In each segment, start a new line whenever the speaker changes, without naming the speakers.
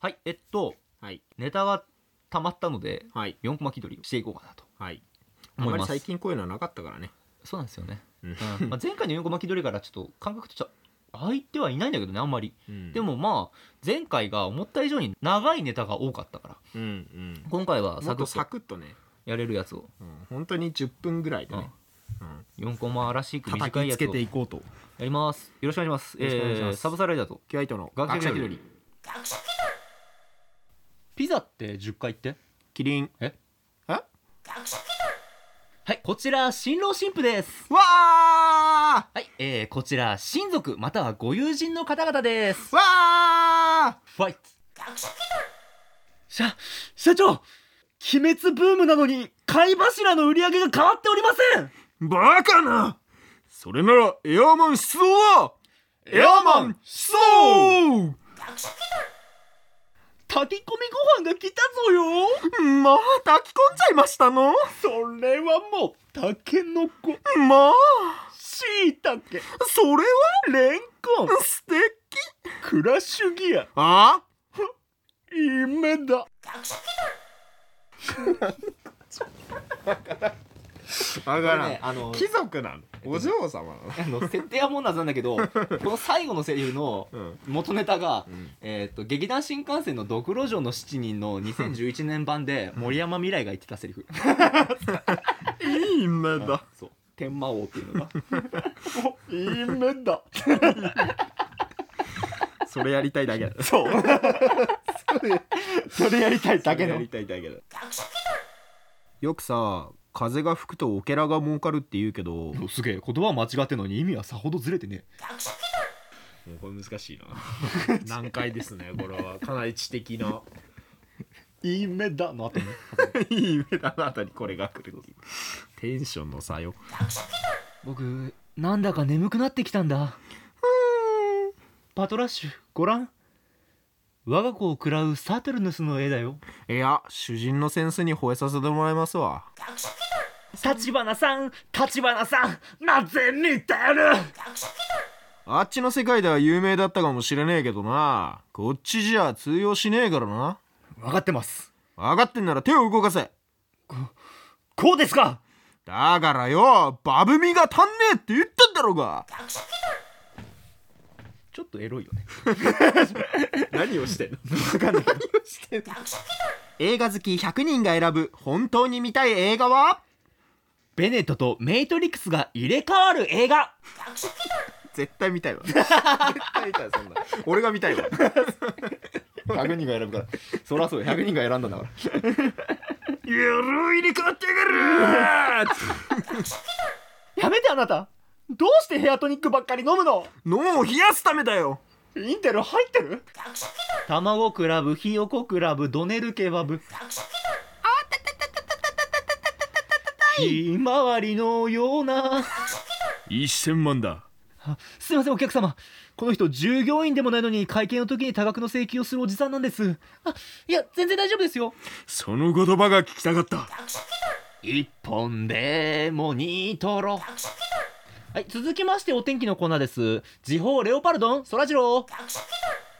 はい、えっと、
はい
ネタは溜まったので、
はい
4コマ気取りをしていこうかなと
はいあん
思い
まり
ます。
最近こういうのはなかったからね
そうなんですよね。
う
うんまあ、前回の4コマ気取りからちょっと感覚としては空いてはいないんだけどね、あんまり。
うん
でもまあ、前回が思った以上に長いネタが多かったから、
うんうん
今回は
も
サ
っ
ク
と
ッ
サ
と
クッとね、
やれるやつを、
うん、本当に10分ぐらいでね、うん、
4コマらしく短
叩
い
き
やつ
つけ
を
て
や
いこうと
ります。よろしくお願いします。
よろしくお願いします
えーサブサライダーと。
キュアイトの
学者
学者
気
気
取
取
り
り
ピザって10回って
キリン
え
え
はい、こちら、新郎新婦です。
わあ
はい、えー、こちら、親族またはご友人の方々です。
わあ
ファイト社、社長鬼滅ブームなのに貝柱の売り上げが変わっておりません
バカなそれならエアマン思想はエアマン思想
炊き込みご飯が来たぞよ
まあ炊き込んじゃいましたの
それはもう、タケノコ、
まあ
シイタケ、
それは
レンコン、
素敵
クラッシュギア、
あ
イメだ。
あ
これね、あの、
貴族なのお嬢様なの
あの設定はもんなずなんだけ ど、この最後のセリフの
うん
元ネタが、
ん
えー、と劇団新幹線の「ドクロ城の7人」の2011年版で森山未来が言ってたセリフ
いい目だ
そう天魔王っていうのが
いい目だそれやりたいだけだ
そうそれやりたいだけ
それや
の
りたいだけだよくさ風が吹くとオケラが儲かるって言うけどもう
すげえ言葉間違ってんのに意味はさほどずれてね
これ難しいな難解ですねこれはかなり知的な
いい目だの後に
いい目だなあたりこれが来るっていうテンションの差よ
僕なんだか眠くなってきたんだパトラッシュご覧我が子を喰らうサトゥルヌスの絵だよ
いや主人のセンスに吠えさせてもらいますわ
立花さん立花さんなぜ見てる
あっちの世界では有名だったかもしれねえけどなこっちじゃ通用しねえからな
分かってます
分かってんなら手を動かせ
こうですか
だからよバブミが足んねえって言ったんだろうが
ちょっとエロいよね
何 をしてんの映画好き100人が選ぶ本当に見たい映画は
ベネットとメイトリックスが入れ替わる映画
絶対見たいわ絶対見たいそんな俺が見たいわ
100人が選ぶからそらそう100人が選んだんだから
ゆるいに買ってく
やめてあなたどうしてヘアトニックばっかり飲むの
る脳を冷やすためだよ
インテル入ってる卵クラブひよこクラブドネルケバブひまわりのような
1000万だ
あすいませんお客様この人従業員でもないのに会計の時に多額の請求をするおじさんなんですあいや全然大丈夫ですよ
その言葉が聞きたかった
一本でもニトロはい続きましてお天気のコーナーです時報レオパルドンそらジロー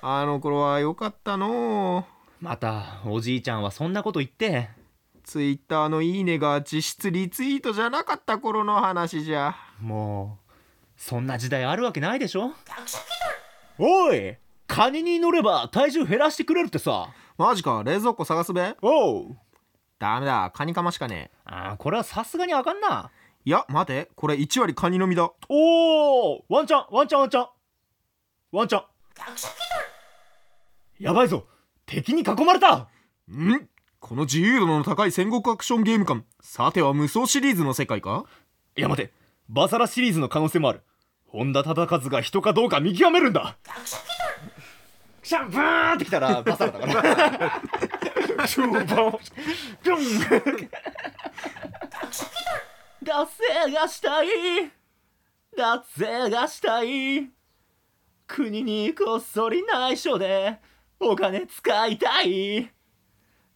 あの頃は良かったの
またおじいちゃんはそんなこと言って
ツイッターのいいねが実質リツイートじゃなかった頃の話じゃ
もうそんな時代あるわけないでしょおいカニに乗れば体重減らしてくれるってさ
マジか冷蔵庫探すべ
おう
ダメだカニカマしかねえ
あーこれはさすがにあかんない
や待てこれ1割カニのみだ
おおワンチャンワンチャンワンチャンワンチャンやばいぞ敵に囲まれた
んこの自由度の高い戦国アクションゲーム感さては無双シリーズの世界か
いや待てバサラシリーズの可能性もある本田忠勝が人かどうか見極めるんだシャンプーってきたら バサラだから中盤をピョン脱税がしたい脱税がしたい国にこっそり内緒でお金使いたい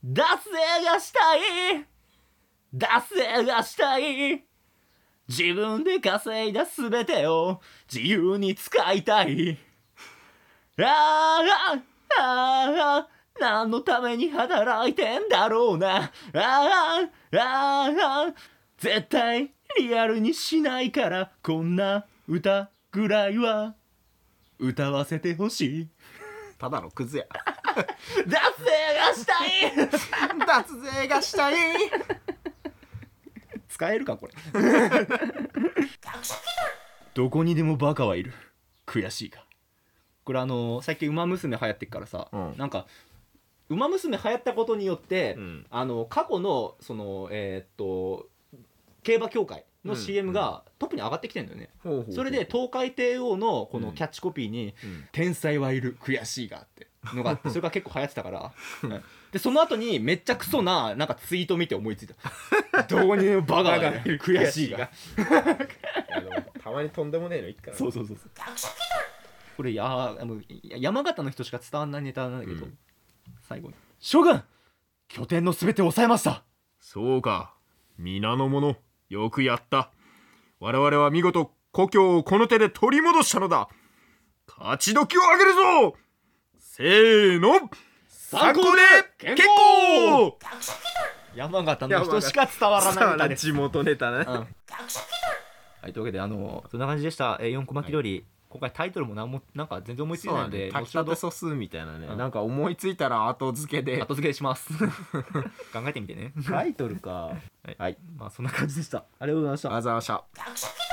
脱税がしたい脱税がしたい自分で稼いだすべてを自由に使いたい。あーあ、あーあ、何のために働いてんだろうなああああ絶対リアルにしないからこんな歌ぐらいは歌わせてほしい
ただのクズや
脱税がしたい
脱税がしたい
使えるかこれ どこにでもバカはいる悔しいがこれあのー最近「ウマ娘」流行ってっからさ、
うん
なんか「ウマ娘」流行ったことによって、
うん
あの過去のそのえーっと競馬協会の
うん
CM がトップに上がってきてんだよね、
ほうほ
それで東海帝王のこ
う
の
ん
キャッチコピーに
うん
「天才はいる悔しいが」ってのがあ ってそれが結構流行ってたから うんでその後にめっちゃクソななんかツイート見て思いつい た「どうにでもバカがいる悔しいが
あのたまにとんでもねえのいっか」ら
そうそうそうそうこれいやーもういや山形の人しか伝わんないネタなんだけど、
うん
最後に「将軍拠点のすべてを抑えました
そうか皆の者よくやった我々は見事故郷をこの手で取り戻したのだ勝ち時をあげるぞせーの
参考で
結構
山形の人しか 伝わらないネタです
地元ネタね
うんはい、というわけで、あの、そんな感じでした。えー、4コマ気取り、今回タイトルもなんも、なんか全然思いついてないので、
炊
後
き
ほ
た
ど
て素数みたいなね、
うん
なんか思いついたら後付けで
後付けします。考えてみてね。
タイトルか
はい、まあ、そんな感じでした。ありがとうございました。
あざわしゃ
学食だ